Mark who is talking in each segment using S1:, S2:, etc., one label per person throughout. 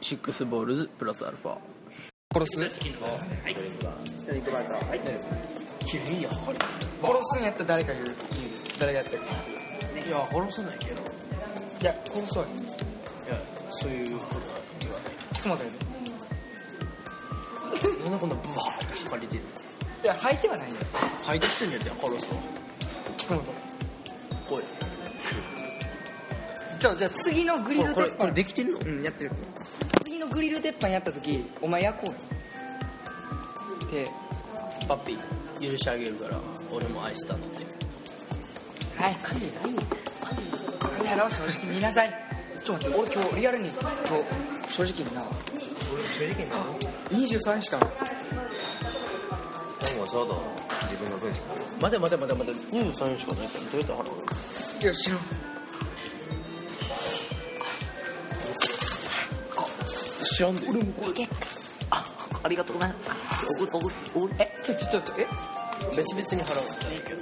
S1: シックスボールズプラスアルファ
S2: 殺す
S1: 君いや
S2: 殺すんやったら誰か言う誰がやってる
S1: いや殺さないけど
S2: いや殺そうや
S1: いやそういうことは言わない
S2: つまでやで
S1: そんなこんなブワーって吐かれてる
S2: いや吐いてはないよ
S1: 吐いてきてんやったら殺そう
S2: つまで
S1: 来い
S2: じゃあじゃあ次のグリル鉄板
S1: できてるの
S2: うんやってる次のグリル鉄板やった時お前焼こうよって
S1: パッピー許してあげるから俺も愛したので
S2: はい神何やろ正直に言いなさいちょっと待って俺今日リアルに今日正直にな
S3: 正直になんか
S2: 23しかない
S3: ちょうど自分の分しか
S1: 待て待て待て待て23しかないからどうやって払う
S2: いや知らん
S1: 知らんで俺もこれあありがとうなおごるおごるおごる
S2: えちょちょちょっとえ
S1: 別々に払ういいけど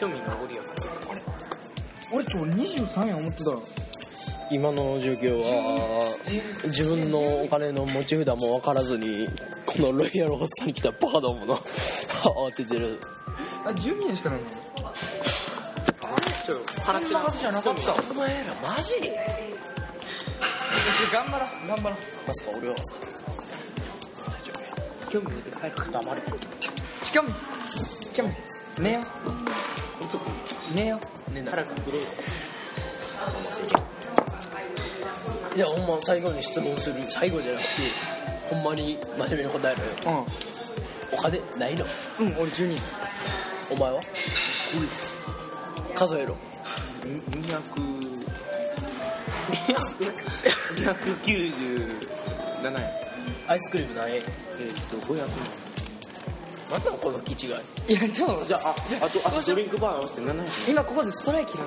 S1: 興味のおごりやから
S2: 俺今日23や思ってた
S1: 今の状況は自分のお金の持ち札も分からずにこのロイヤルホストに来たバカどもの慌ててる
S2: あ12円しかないの
S1: ちょ
S2: 払ってるはずじゃなかった
S1: お前らマジで
S2: 頑張ろう頑張ろう
S1: まさか俺は
S2: 興味出て帰る
S1: 黙れ
S2: 興味興味寝よう寝よ
S1: ね腹くれよじゃあほんま最後に質問する最後じゃなくてほんまに真面目に答えろよ
S2: う
S1: お金ないの
S2: うんうん俺12円
S1: お前は数えろ
S3: 200 297円
S1: アイスクリーム何円
S3: えっと500円
S1: なんだこの気違い
S2: いやちょっと
S1: じゃあ
S3: あとあとドリンクバー合わせて700円
S2: 今ここでストライキだ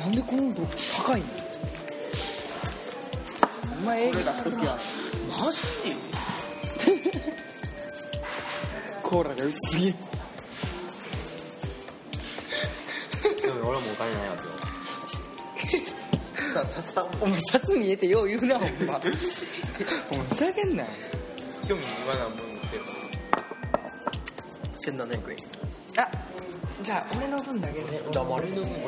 S2: なんでこのド高いのお前映画だ
S1: あマジで
S2: コーラが薄すぎる
S3: でも俺もお金ないわけよ
S2: さ札だお前札見えてよう言うなほんまお前ふざけんなよ
S3: 興味言わないもんけど
S1: 1700円
S2: あじゃあ俺の分だけね
S1: 黙れ
S3: 俺の分も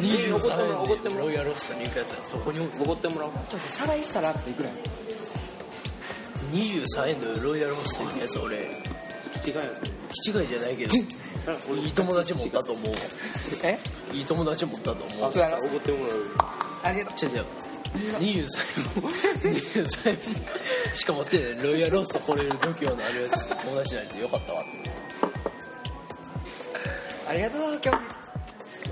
S1: 23円でロイヤルホストに行くやつはどこにも
S3: おごってもらおう
S2: ちょっとさらいしたらっていくらや
S1: 23円でロイヤルホストに行くやつ俺
S3: 違うよ
S1: 気違いじゃないけどいい友達持ったと思う
S2: え
S1: いい友達持ったと思う
S2: そうやろ
S3: おごってもらうよ
S2: ありがと
S1: 違う違う23円も23円もしかもってないロイヤルローストこれる度胸のあるやつと友達になれてよかったわって
S2: うありがとう今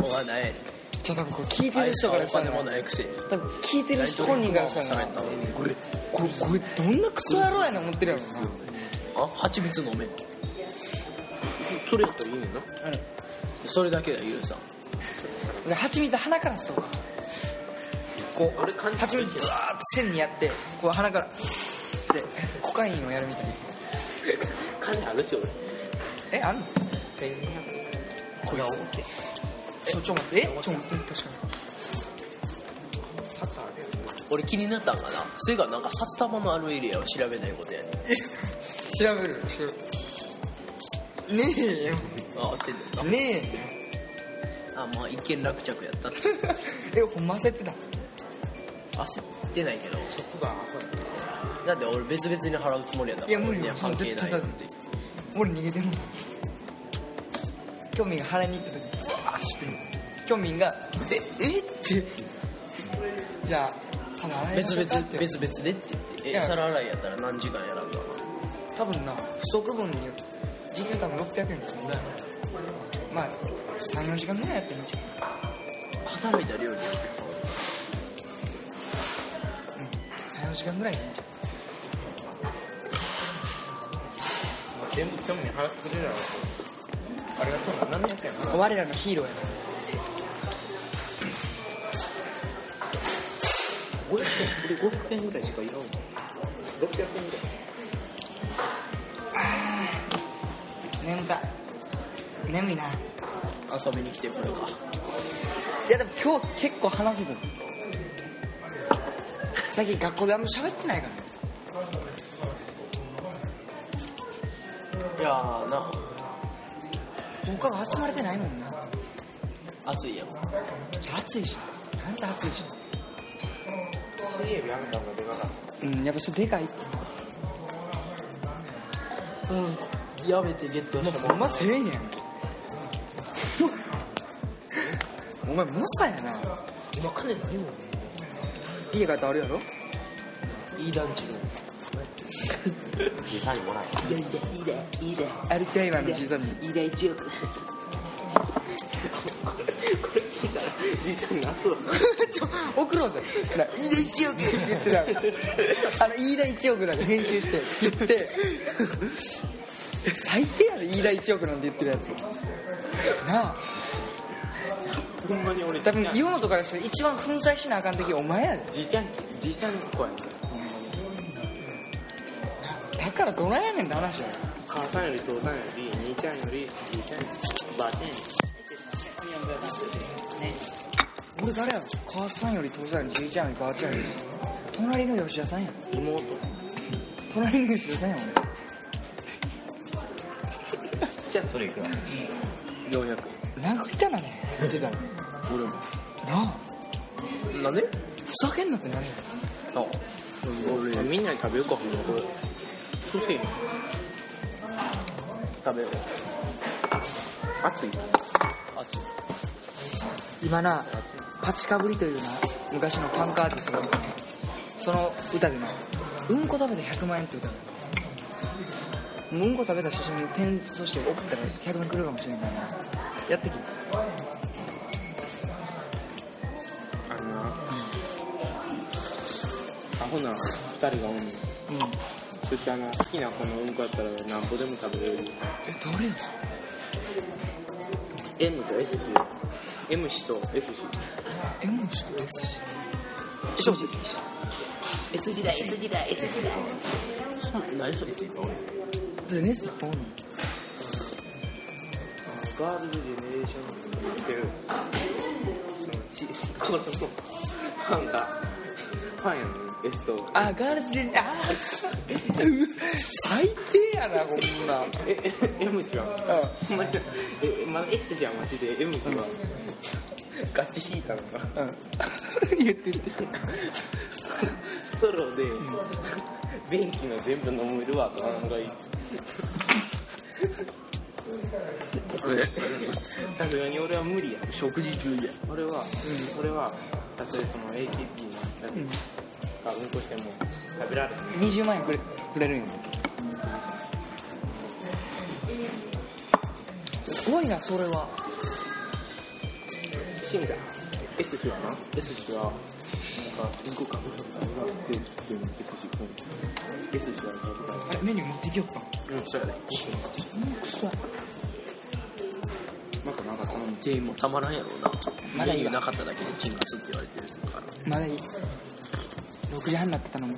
S1: お前ない
S2: 日ちょっとこれ聞いて
S1: あ
S2: る
S1: いつ
S2: 人
S1: は
S2: か
S1: お
S2: らしたら
S1: 金
S2: な
S1: もないくせに
S2: 多分聞いてる人本人からしたらな
S1: ライトニングもされたのに
S2: これこれどんなクソ野郎やな思ってるやろな
S1: あ蜂蜜飲めん
S3: それやったらいいねんな
S1: それだけだゆうさん
S2: で蜂蜜鼻から吸おうこう蜂蜜ブワーって線にやってこう鼻からでコカインをやるみたいな
S3: 金あるし俺
S2: えあんの
S1: こい
S2: ちょちょ待ってえちょ待って確か
S1: つ俺気になったんかなそれがなんか札束のあるエリアを調べないことやねん
S2: に調べる調べるねえよ
S1: あ合ってんねんな
S2: ね
S1: あまあ一見落着やったって
S2: えよえほんま焦ってた
S1: 焦ってないけどそこがだって俺別々に払うつもりやった
S2: いや無理よ
S1: や関係ない
S2: 絶対さ俺逃げてるもん興味が払いに行った時ブワーしてる興味がええってじゃあ皿洗いま
S1: 別
S2: しょうかっ
S1: 々
S2: て
S1: 別々でって言って
S2: い
S1: え
S2: や
S1: 皿洗いやったら何時間やらんか
S2: 多分な不足分によって時給多分600円ですもんねまあ34時間ぐらいやっていいんちゃ
S1: な働いた料理
S2: う、うん、34時間ぐらいでいいんちゃ
S3: 全部興味払ってくれるやろありがとうな700円払
S2: う我らのヒーローや
S1: 500円500円ぐらいしかいらんわ
S3: 600円ぐらい
S2: な眠た眠いない
S1: 遊びに来てくれか
S2: やでも今日結構話せた最近学校であんま喋ってないからね
S1: いやーな
S2: 他が集まれてないもんな
S1: 暑いやん
S2: じゃあ暑いしなんせ暑いし
S3: 水泳日雨だもんでかかっ
S2: うんやっぱそれでかいって
S1: うんやめてゲット
S2: もうほんま1000円やんけお前猛者やな
S3: た今金ないもんね
S2: 家帰ったらあるやろ
S1: いい団地の
S3: 実際にもら
S2: い
S3: え
S2: やいやいいでいいでアルツハイマーのじいさんに
S1: いい団地よこれ聞いたらじいさんが
S2: ちょ送ろうぜな飯田1億って言ってたあの飯田1億なんて編集して切って最低やろ飯田1億なんて言ってるやつなあ
S3: ほんまに俺
S2: 多分岩本からしたら一番粉砕しなあかん時お前やで
S3: じいちゃんじいちゃんの子やねん
S2: だからどないやねんって話やろ
S3: 母さんより父さんより兄ちゃんよりじいちゃんよりばあちゃんよ
S2: 俺誰やろ母さんより父さんよりじいちゃんよりばあちゃんより隣の吉田さんや
S3: り妹
S2: 隣の吉田さんや
S3: じゃあそれいくわ
S1: 400
S2: 俺殴りたなね見てたらな
S1: 俺も
S2: あ
S1: なんで
S2: ふざけんなってなるやん
S1: あ俺
S3: みんなに食べようかほんまこれそうせえへん
S1: 食べよう
S3: 熱
S1: 暑
S3: い
S1: い
S2: 今なパチカブリというな昔のパンクアーティストがいてねその歌でなうんこ食べた100万円って歌があるうんこ食べた写真を転送して送ったら100万くるかもしれんからなやってき
S3: あのな、アホな二人がおんね
S2: う
S3: ん
S2: ん
S3: そしてあの好きな子のうんこやったら何個でも食べれる
S2: え誰や
S3: M と S っていう M 氏と F 氏
S2: えもうしか S し
S3: S 時代 S 時代 S 時代何そ
S2: で
S3: れ
S2: S ポン
S3: ガールズジェネレーションっていうそのちこのファンがファンやねん S と
S2: あガールズジェネあー最低やなこんな
S3: ええ M 氏は
S2: うん
S3: お前え、まあ、S じゃんマジで M 氏はガチ引いたのか
S2: うん言ってる
S3: ストローで、便器の全部飲めるわと案外さすがに俺は無理や
S1: 食事中や
S3: 俺は、俺は例えばその ATP のやつがうんこしても食べられへん
S2: 20万円くれくれるんやねすごいなそれは
S3: 死んだ S 氏はな S 氏はなんかうんこかぶるのが出てきてる S 氏 S 氏は食べられ
S2: あれメニュー持ってきよった
S3: うん、そうやね。なんかなんか頼む。
S1: 全員もたまらんやろうな
S2: まだい
S1: メニ
S2: いわ
S1: ューなかっただけでチンカスって言われてる人だから
S2: まだいい6時半になってたのもい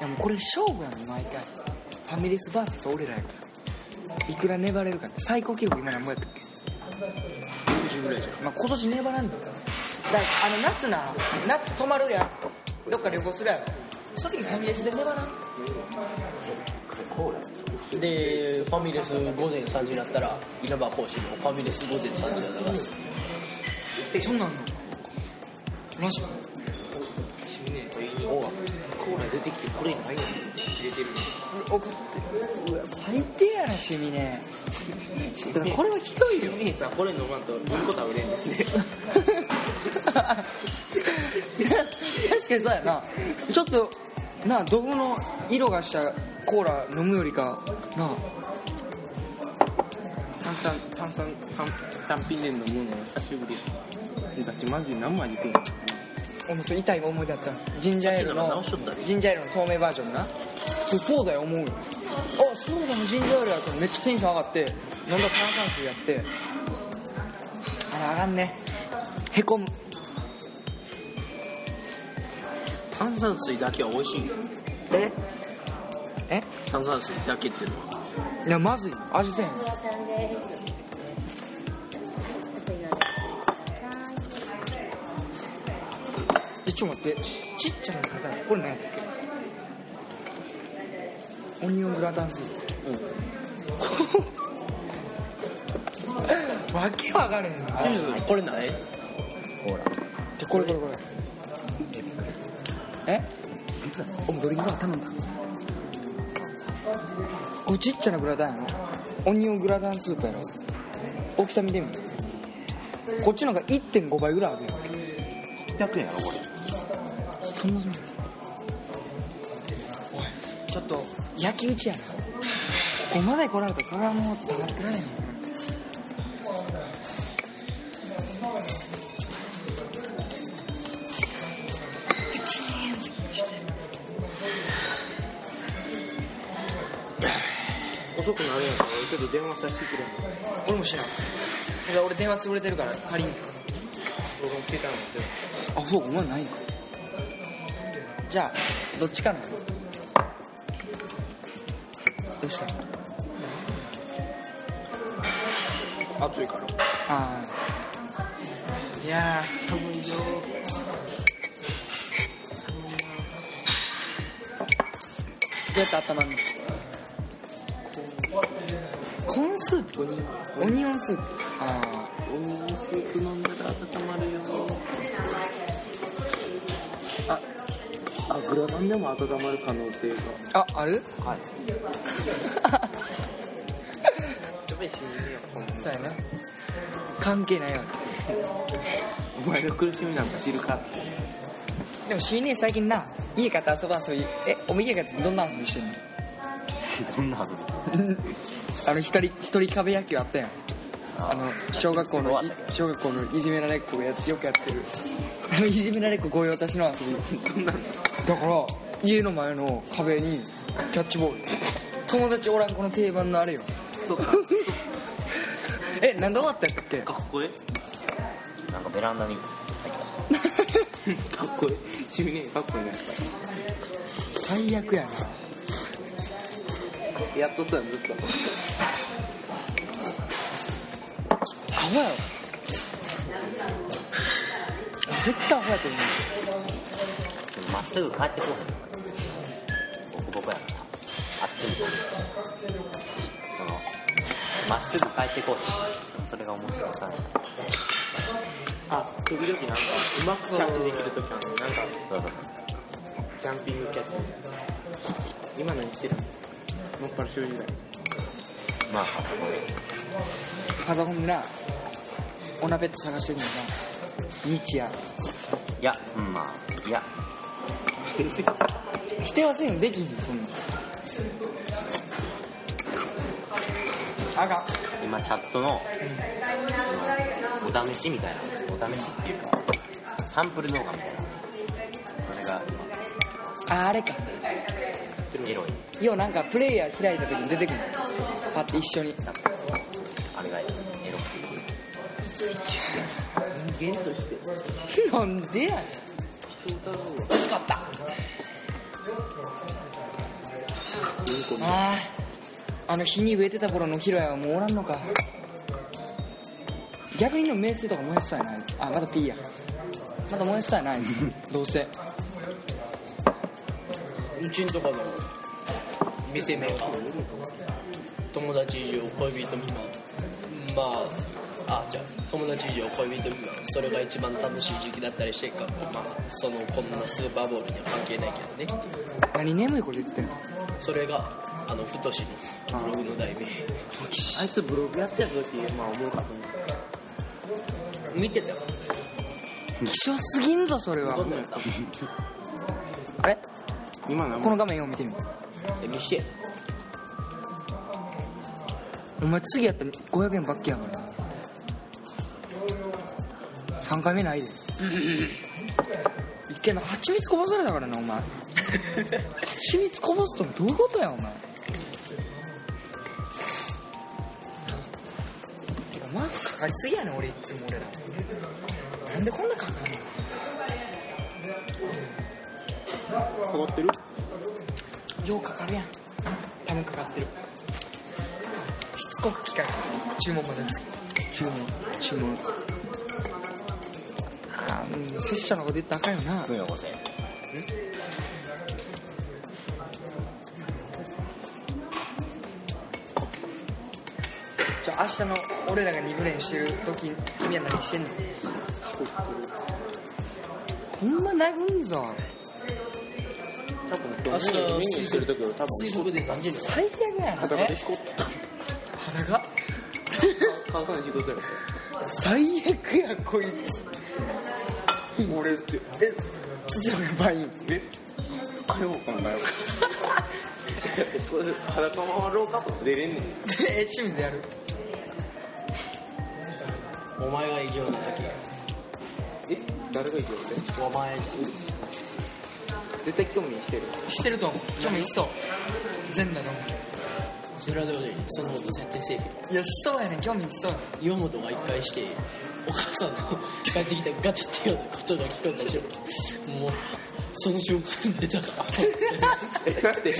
S2: やもうこれ勝負やもん毎回ファミレス VS 俺らやからいくら粘れるかって最高記録今何ぼやったっけ
S1: 60ぐらいじゃん
S2: まあ、今年ネバランドだからあの夏な夏泊まるやんどっか旅行するやろその時にファミレスでネバラン
S1: でファミレス午前3時になったら稲葉講師のファミレス午前3時を流す
S2: えそんなんあんのらしい
S3: ねえ、
S1: おう
S3: コーラ出てきてこれないやん。入れてる。
S2: おかってうわ最低やなシミねだからこれはひどいよ
S3: お兄さん、これ飲まんと、うんこ食べれんねんね。
S2: 確かにそうやなちょっとなあどこの色がしたコーラ飲むよりかなあ
S3: 炭酸、炭酸、炭単品で飲むの久しぶり。だちマジ何枚にせん
S2: お店痛い思いだったジンジャーエール
S1: さっきの
S2: の
S1: 直しとったで
S2: ジンジャーエールの透明バージョンな普通そうだよ思うよあそうだもジンジャーエールやったらめっちゃテンション上がって飲んだら炭酸水やってあら上がんねへこむ
S1: 炭酸水だけは美味しいよ
S2: ええ
S1: 炭酸水だけっていうのはい
S2: やまずい味せん
S4: フワちゃんです。
S2: え
S4: 熱いので。はーい。
S2: ちょっと待ってちっちゃな方これ何やったっけオニオングラタンスープ わけわからへんな
S1: うんこれない
S3: ほら
S2: じゃこれこれこれえお前ドリンクバー頼んだこれちっちゃなグラタンやろオニオングラタンスープやろ大きさ見てみこっちのが1.5倍ぐらいあるやん
S3: 100円やろこ
S2: そんなそんなちょっと焼き打ちやなここまで来られたらそれはもう黙ってられへんわ
S3: れ遅くなるやんから俺ちょっと電話させてくれんの
S2: 俺も知らんいや俺電話潰れてるから仮に
S3: 俺も聞いたんだけど
S2: あそうお前ないんかじゃあどっちかなどうした
S3: 暑いから
S2: ああいや
S3: 寒いよ
S2: ーどうやって温まんのコーンスープオニオンスープああ
S3: お水スープ飲んだら温まるよああグラタンでも温まる可能性が
S2: あ、ある
S3: はい やっぱり死んでよこんな
S2: そうやな関係ないわ
S3: お前の苦しみなんか知るかって
S2: でもシーネ最近な家買って遊ぶ遊びえお前家買ってどんな遊びしてんの
S3: どんなはず
S2: あの一人一人壁野球あったやんあの小学校のい
S3: すごかった
S2: 小学校のいじめられっ子がやよくやってるあのいじめられっ子御用達の遊びだから家の前の壁にキャッチボール友達おらんこの定番のあれよ
S3: そうか
S2: えなんで終わったやったっけ
S3: かっこえ
S4: なんかベランダに
S3: えかっこええ死ねかっこええなやっぱ
S2: 最悪やな
S3: りやっとったらずっと
S2: アホやろ絶対アホやと思う
S4: まっすぐ帰ってこうへんボコボコやからあっちにそのまっすぐ帰ってこうへんそれが面白さ
S3: あ時々なんかうまくキャッチできる時はねなんか
S4: どうぞ
S3: ジャンピングキャッチ今何してるもっぱら終時だ
S4: まああそこで
S2: パソコンでなお鍋って探してんのよな日夜
S4: いやうんまあいや
S2: 否定はせんよできんよそんなんあかん
S4: 今チャットのお試しみたいなお試しっていうかサンプル動画みたいなそれが
S2: ああれか
S4: 今エロい
S2: ようなんかプレイヤー開いた時に出てくるのパッて一緒に
S4: なんかあれがエロってい
S3: 人
S4: う
S3: 間として
S2: なんでやねん使ったあああの日に植えてた頃のヒロヤはもうおらんのか逆にでも名声とか燃やしそうやなあいつあまだ P やまだ燃やしそうやなあいつどうせ
S1: うちんとかの店メーカー友達以上恋人未満まああじゃあ友達以上恋人未満それが一番楽しい時期だったりしてるからまあそのこんなスーパーボールには関係ないけどね
S2: 何眠いこと言ってんの
S1: それがあの太しのブログの題名
S3: あいつブログやってた時まあおもろかったね
S1: 見てたよ
S2: 希少すぎんぞそれは
S1: こんなんやった
S2: あれ
S3: 今何
S2: この画面よう見てみ
S1: え見して
S2: お前次やったら500円ばっけやからな3回目ないで一回の蜂蜜こぼされたからなお 前蜂蜜こぼすとどういうことやお前てかマークかかりすぎやねん俺いつも俺らなんでこんなかかるの
S3: かかってる
S2: ようかかるやん多分かかってるしつこく聞かない注文までです注文注文あーに拙者のこと言ったらあかんよな
S4: 分よこせ
S2: じゃあ明日の俺らが2部練してる時君は何してんのほんま殴んぞ
S3: 多分
S1: 明
S3: 今
S1: 日
S3: 日メニューメニューするときは多分
S1: 水墨で何時に
S2: 最悪やな
S3: 裸でしこった
S2: 腹が
S3: 換算してくださいよ
S2: 最悪やこいつ俺ってえ土のやばいん
S3: えあれもかんない裸のローカップ出れんねん
S2: え清水やる
S1: お前が異常なだけ
S3: え誰がいけるって
S1: お前
S3: 絶対興味してる
S2: してると思う今日もいっそう全裸の
S1: それはどうでいいそのこと絶対せえへん
S2: いやしそうやね興味いっそうやね
S1: 岩本が一回してお母さんの帰ってきたガチャってようなことが聞こえたしもうその瞬間に出たから
S3: えだって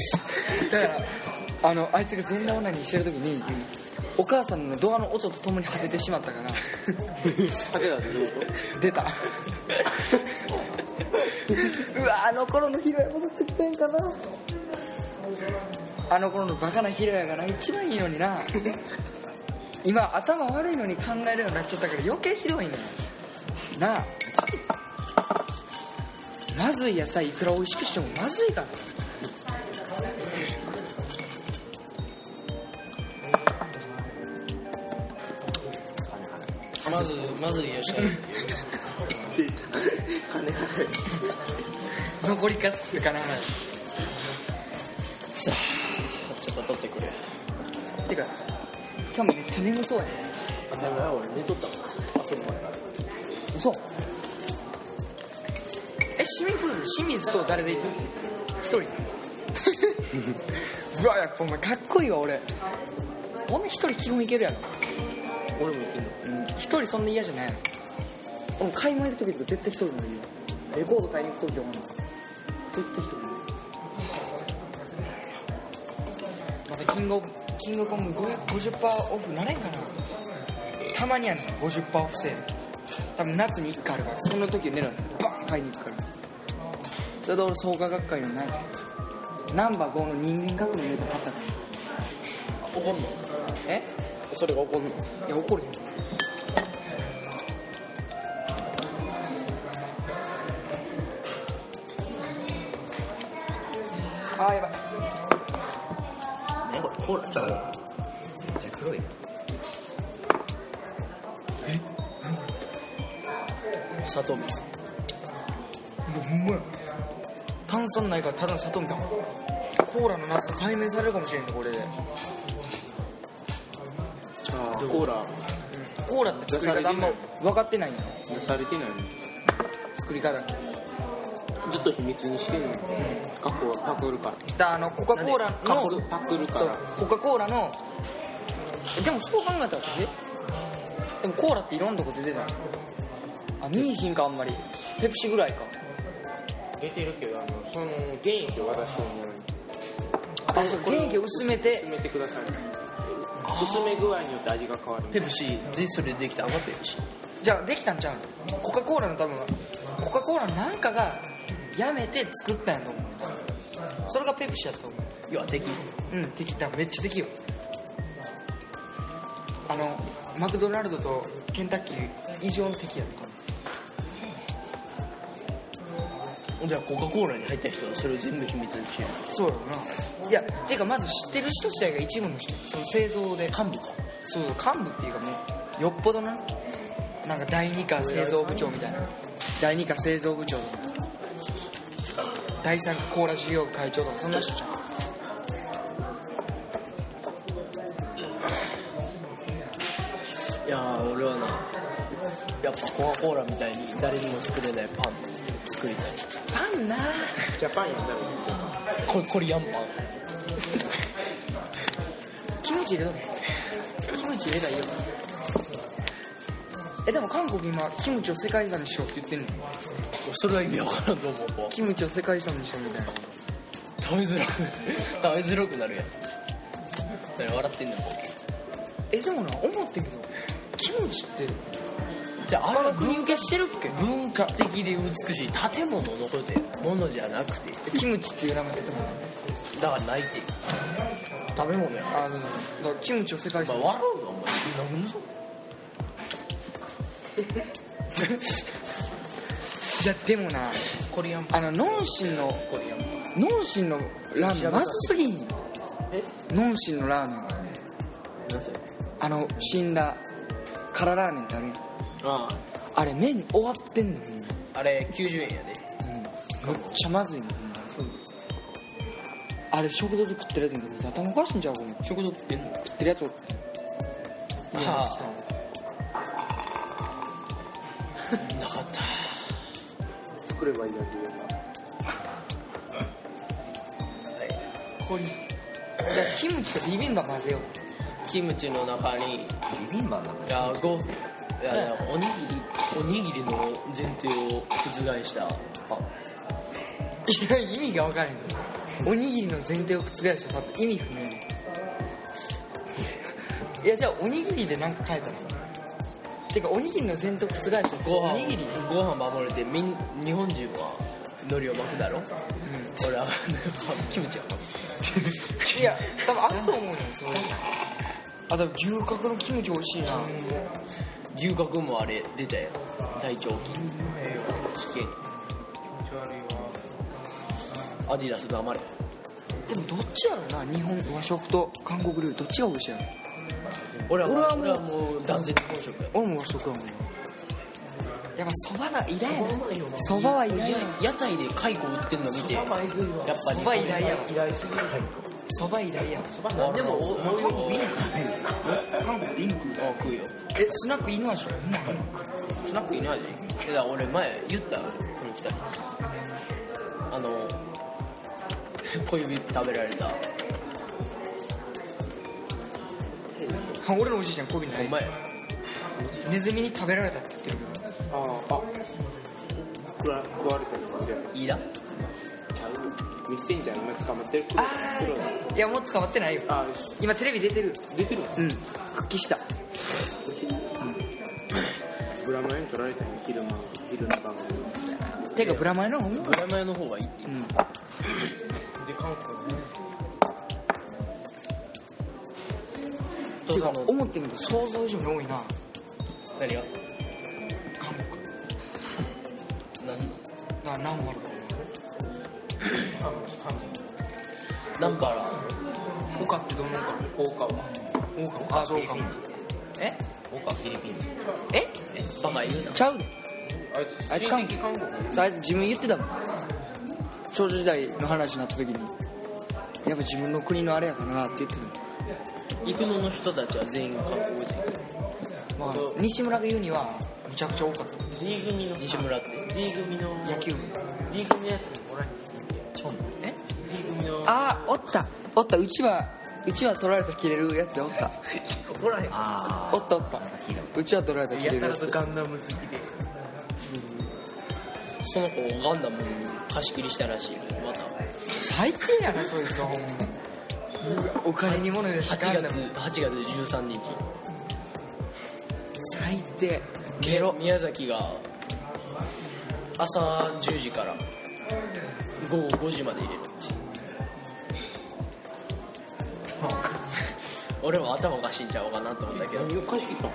S2: だからあのあいつが全裸オナニーしてる時に、お母さんのドアの音とともに果ててしまったから
S3: 派手だってどういうこ
S2: 出たうわあの頃のヒロヤ戻ってきてんかなあの頃のバカなヒロヤがな一番いいのにな今頭悪いのに考えるようになっちゃったから余計ひどいねんなあまずい野菜いくら美味しくしてもまずいから
S1: まずまず吉田
S2: 残りかすかな
S1: さあちょっと取ってくれ
S2: てか今日めっちゃ眠そうやね
S3: とでも俺寝とったもんあそう
S2: 嘘
S3: か
S2: え市民プール清水と誰で行く一 人うわやっぱお前かっこいいわ俺女一人基本いけるやろ
S3: 俺も行けんの
S2: 一人そんな嫌じゃないやろ俺も買い物行く時とか絶対一人もいるよレコード買いに行く時とかも絶対一人もいるまたキングオブキングコング550%オフなれんかなたまにやねん50%オフセール多分夏に1回あるからその時狙ってバーン買いに行くからそれで俺創価学会のないナンバー5の人間学のネタ買ったか
S1: 怒んの
S2: らえ
S1: それが怒んの
S2: いや怒るよあーやばい
S4: ねこれコーラちゃうめっちゃ黒い
S1: 砂糖水
S2: うまい炭酸ないからただの砂糖みたいコーラのなさ解明されるかもしれんねこれで
S3: あーコーラ
S2: コーラって作り方あんま分かってないんやね
S3: 出されてないの
S2: 作り方だか
S3: ずっと秘密にしてんの過去はパクるから
S2: らあのコカ・コーラ
S3: パ
S2: の
S3: クるパクるか
S2: そう
S3: ら
S2: コカ・コーラのえでもそう考えたらえでもコーラっていろんなとこ出てないあ見えひんかあんまりペプシぐらいか
S3: 出てるけどあのその原液を渡してるのに
S2: あそう原液を薄めて
S3: 薄めてください薄め具合によって味が変わる
S1: ペプシーでそれできたのがペプシー
S2: じゃあできたんちゃうコカ・コーラの多分コカ・コーラのなんかがやめて作ったんやと思うそれがペプシやと思
S1: いやできる
S2: ううんできためっちゃできよあのマクドナルドとケンタッキー以上の敵やった
S1: じゃあコカ・コーラに入った人はそれを全部秘密にしてる
S2: そうやろないやてかまず知ってる人自体が一部の人その製造で
S1: 幹部か
S2: そうそう幹部っていうかもうよっぽどななんか第二課製造部長みたいな第二課製造部長とか第三課コーラ事業部会長とかそんな人じゃん
S1: いやー俺はなやっぱコカ・コーラみたいに誰にも作れないパン作りたい
S2: パンな
S3: ジャパンやったら
S1: これこれやんパン
S2: キムチ入れとけキムチ入れたらいいよえでも韓国今キムチを世界遺産にしようって言ってんの
S1: それは意味わからんと思うもう
S2: キムチを世界遺産にしようみたいな
S1: 食べづらく食べづらくなるやん何笑ってんねんボケ
S2: えでもな思ってんけどキムチって
S1: じゃあ
S2: 他
S1: あれ
S2: の国受けしてるっけ
S1: 文化的で美しい建物のことや物じゃなくて
S2: キムチっていう名前出てもらう
S1: だからないって食べ物や
S2: あのだからキムチを世界
S1: お
S2: 史
S1: 前
S2: に
S1: 笑うなお前何ぞ
S2: いやでもな
S1: コリアン
S2: あのノンシンの
S1: コリアン
S2: ノンシンのラーメンまずすぎんよ
S3: え
S2: ノンシンのラーメン
S3: 何それ
S2: あの死んだ辛ラーメンってあるやん
S1: あ
S2: あれ麺終わってんのに、うん、む
S1: ああれ90円やで
S2: っちゃまずいの、あれ食堂で食ってるやつにと頭おかしいんちゃうこの食
S1: 食堂ってんの
S2: 食ってるやつを
S1: ああなかった
S3: 作ればいいだけ
S1: ここに
S2: キムチとビビンバ混ぜよ
S1: キムチの中にい
S4: ビビンバの中
S1: やごいやいやおにぎりおにぎりの前提を覆したパン
S2: ういや意味が分からへんおにぎりの前提を覆したパッと意味不明いやじゃあおにぎりで何か書いたのてかおにぎりの前提を覆した
S1: ご飯
S2: おにぎり、
S1: ご飯守れてみん日本人は海苔を巻くだろ俺は キムチは
S2: うん、いや多分あると思うよそういうのあでも牛角のキムチ美味しいな、
S1: 牛角もあれ出たよ大腸菌危険アディダス頑張れ
S2: でもどっちやろな日本和食と韓国料理どっちが美味しいやろ
S1: 俺は
S2: 俺はもう
S1: 俺はもう断然本職や
S2: 俺も和食やもんやっぱそばな偉大やなそばは偉大やな
S1: 屋台で蚕売ってんの見てやっぱり
S2: そば偉大やわ
S5: 依頼する
S2: そば偉大やわ
S5: でもお日本に見に
S2: 韓国で犬食う
S1: あ食うよ
S2: えスナック犬はしょ
S1: スナックいないでだから俺前言ったこの二人あの小指食べられた
S2: 俺のおじいちゃん媚びな
S1: お
S2: い
S1: 前
S2: ネズミに食べられたって言ってるけど
S3: どあああ食わ食われたのかじゃ
S1: いいだ
S3: あちゃうミッセンジャー今捕まってる
S2: ああいやもう捕まってないよ
S3: あよし
S2: 今テレビ出てる
S3: 出てる
S2: うん復帰した
S3: ブラマヨに取られたんや昼間昼の番組
S2: てかブラマヨの方が
S1: ブラマヨの方がいいって
S2: うん
S1: で韓国ね
S2: て
S1: 父
S2: か
S1: さんの
S2: 思ってんけど想像以上に多いな
S1: 何が
S2: 韓国
S1: 何
S2: だから何もあるか
S1: 何から
S2: 岡ってどの岡
S1: 大川
S2: 岡あそうかもえ
S4: 僕はフィリピン
S2: え
S1: バカいいな
S2: ちゃうであいつ韓国そうあいつ自分言ってたもん少女時代の話になった時にやっぱ自分の国のあれやからなって言って
S1: 育野の人たちは全員韓国人
S2: たもん、まあ、西村が言うにはむちゃくちゃ多かった
S4: D 組の
S1: 西村って
S4: D 組の
S2: 野球部
S4: D 組のやつにおらへんチョン
S2: え
S4: D 組の
S2: ああおったおったうちはうちは取られた切れるやつでおった
S4: おらへんあ
S2: おったおった
S4: 聞いたこ
S2: うちは取られた切れるやつ
S4: ガンダム好きで
S1: その子ガンダム貸し切りしたらしいまた
S2: 最低やなそいつはほんまにお金に物よりしかん
S1: 8
S2: だ
S1: 月
S2: もん
S1: 8月13日
S2: 最低
S1: ゲロ宮崎が朝10時から午後5時まで入れるっ て俺も頭おかしいんちゃうかなと思ったけど
S3: 何を貸し切ったの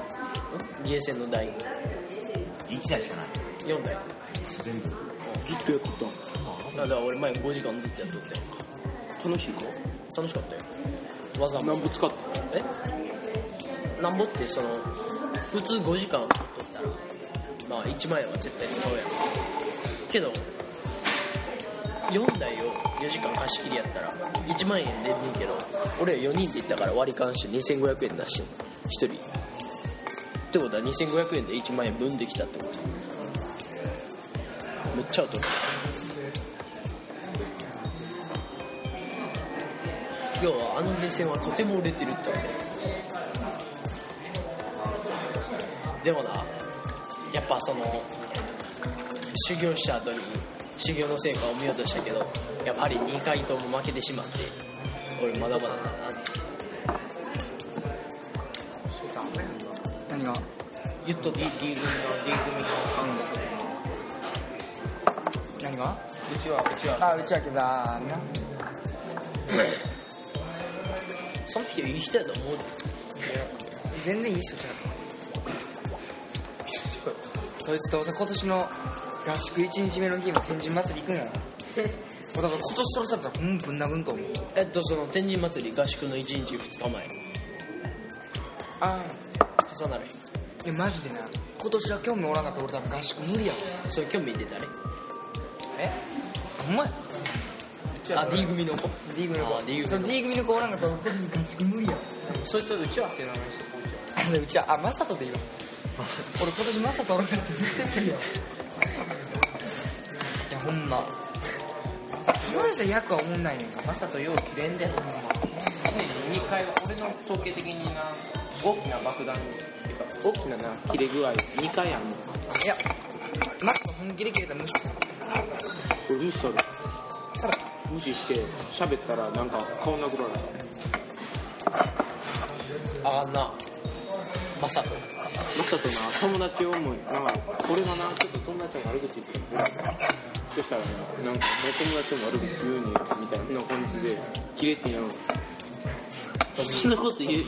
S1: ゲーセンの台
S4: 1台しかない
S1: 4台
S4: 全部
S3: ずっとやって
S1: だから俺前5時間ずっとやっとったよ
S3: た楽しいか
S1: 楽しかったよ技も
S3: 何ぼ使った
S1: えなんぼってその普通5時間取ったらまあ1万円は絶対使うやんけど4台を4時間貸し切りやったら1万円でもいいけど俺ら4人で行ったから割り勘して2500円だし1人ってことは2500円で1万円分できたってことめっちゃお得要はあの目線はとても売れてるってわけでもなやっぱその修行した後に修行の成果を見ようとしたけどやっぱり2回とも負けてしまって俺まだまだだなって
S2: 何が
S1: 言っとった
S5: リリーグのリーグ組の韓国
S2: 何が
S5: うちはうちは
S2: あうちやけどな
S1: その人いい人やと思うで
S2: 全然いい人ちゃうそいつどうせ今年の合宿1日目の日も天神祭り行くん やろもうだから今年殺されたらほんまぶん殴んと思う
S1: えっとその天神祭り合宿の1日2日前
S2: あ
S1: 重なる
S2: あいやマジでな今年は興味おらんかったら俺多分合宿無理やわ
S1: それ興味出たね
S2: えほんまや
S1: あ D 組の子
S2: D 組の
S1: あー D 組の子
S2: 子その D 組の子おらんかったら俺多分合宿無理やわ
S5: そいつはうちはって名前してこんち
S2: あのうちはあマサトでいいわ俺今年マサトおらんかったら絶対無理やわいやほんま浜田さん役は思んないねんか
S5: ゃんマサとよう切れんでほんま1年に2回は俺の統計的にな大きな爆弾っていうか大きなな切れ具合2回あんの
S2: いや、マスク本気で切れたら無視する。
S3: 俺無視され
S2: さら
S3: 無視して喋ったらなんか顔殴られた
S1: あかんなまさと
S3: マサとな友達をもうなんか俺がなちょっと友達の悪口言ってそしたらななんかお友達の悪口言うねんみたいな感じでキレてんやろ
S4: そんなこと言う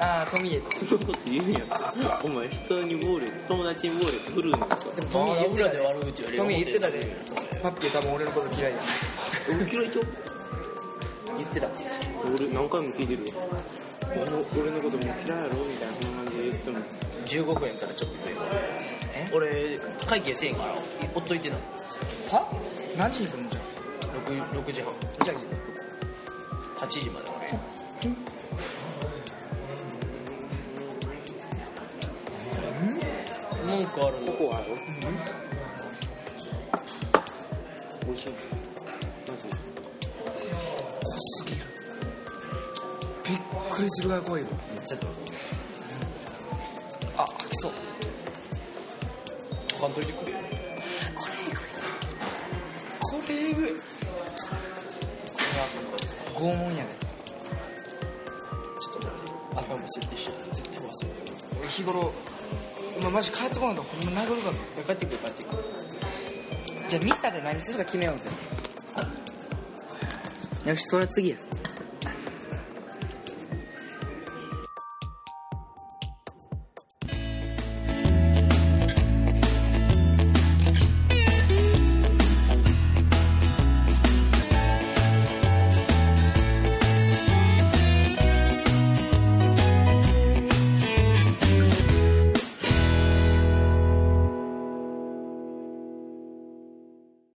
S2: あー、トミーエ。
S3: そんなこと言うんやお前人に暴力友達に暴力振るうんやと
S2: でもトミー
S1: あ
S2: 言って
S1: 裏
S2: た
S1: で
S2: で。
S1: 悪口より
S2: トミー言ってたで。パッピー多分俺のこと嫌いや。
S3: 俺嫌いちゃう
S2: 言ってた。
S3: 俺何回も聞いてるよ俺の俺のこともう嫌いやろみたいなそんな感じで言っても
S1: 15分やからちょっと上
S2: え
S1: 俺会計せえへんからほっといてな
S2: は何時に来るんじゃん
S1: 6, 6時半
S2: じゃ
S1: 8時まで俺文句あるの
S3: ココアやろ美味しいマジ
S2: あ、びっくりするが怖いよ。めっちゃあ、吐きそう。
S1: 書かんといてくれよ
S2: これえぐい。これは拷問やね。
S1: ちょっと待って頭も設定してない絶対忘れて
S2: 俺日頃、お前マジ帰ってこないとほんま殴るから。
S1: る帰ってくる帰ってくる
S2: じゃあミスターで何するか決めようぜよしそれは次や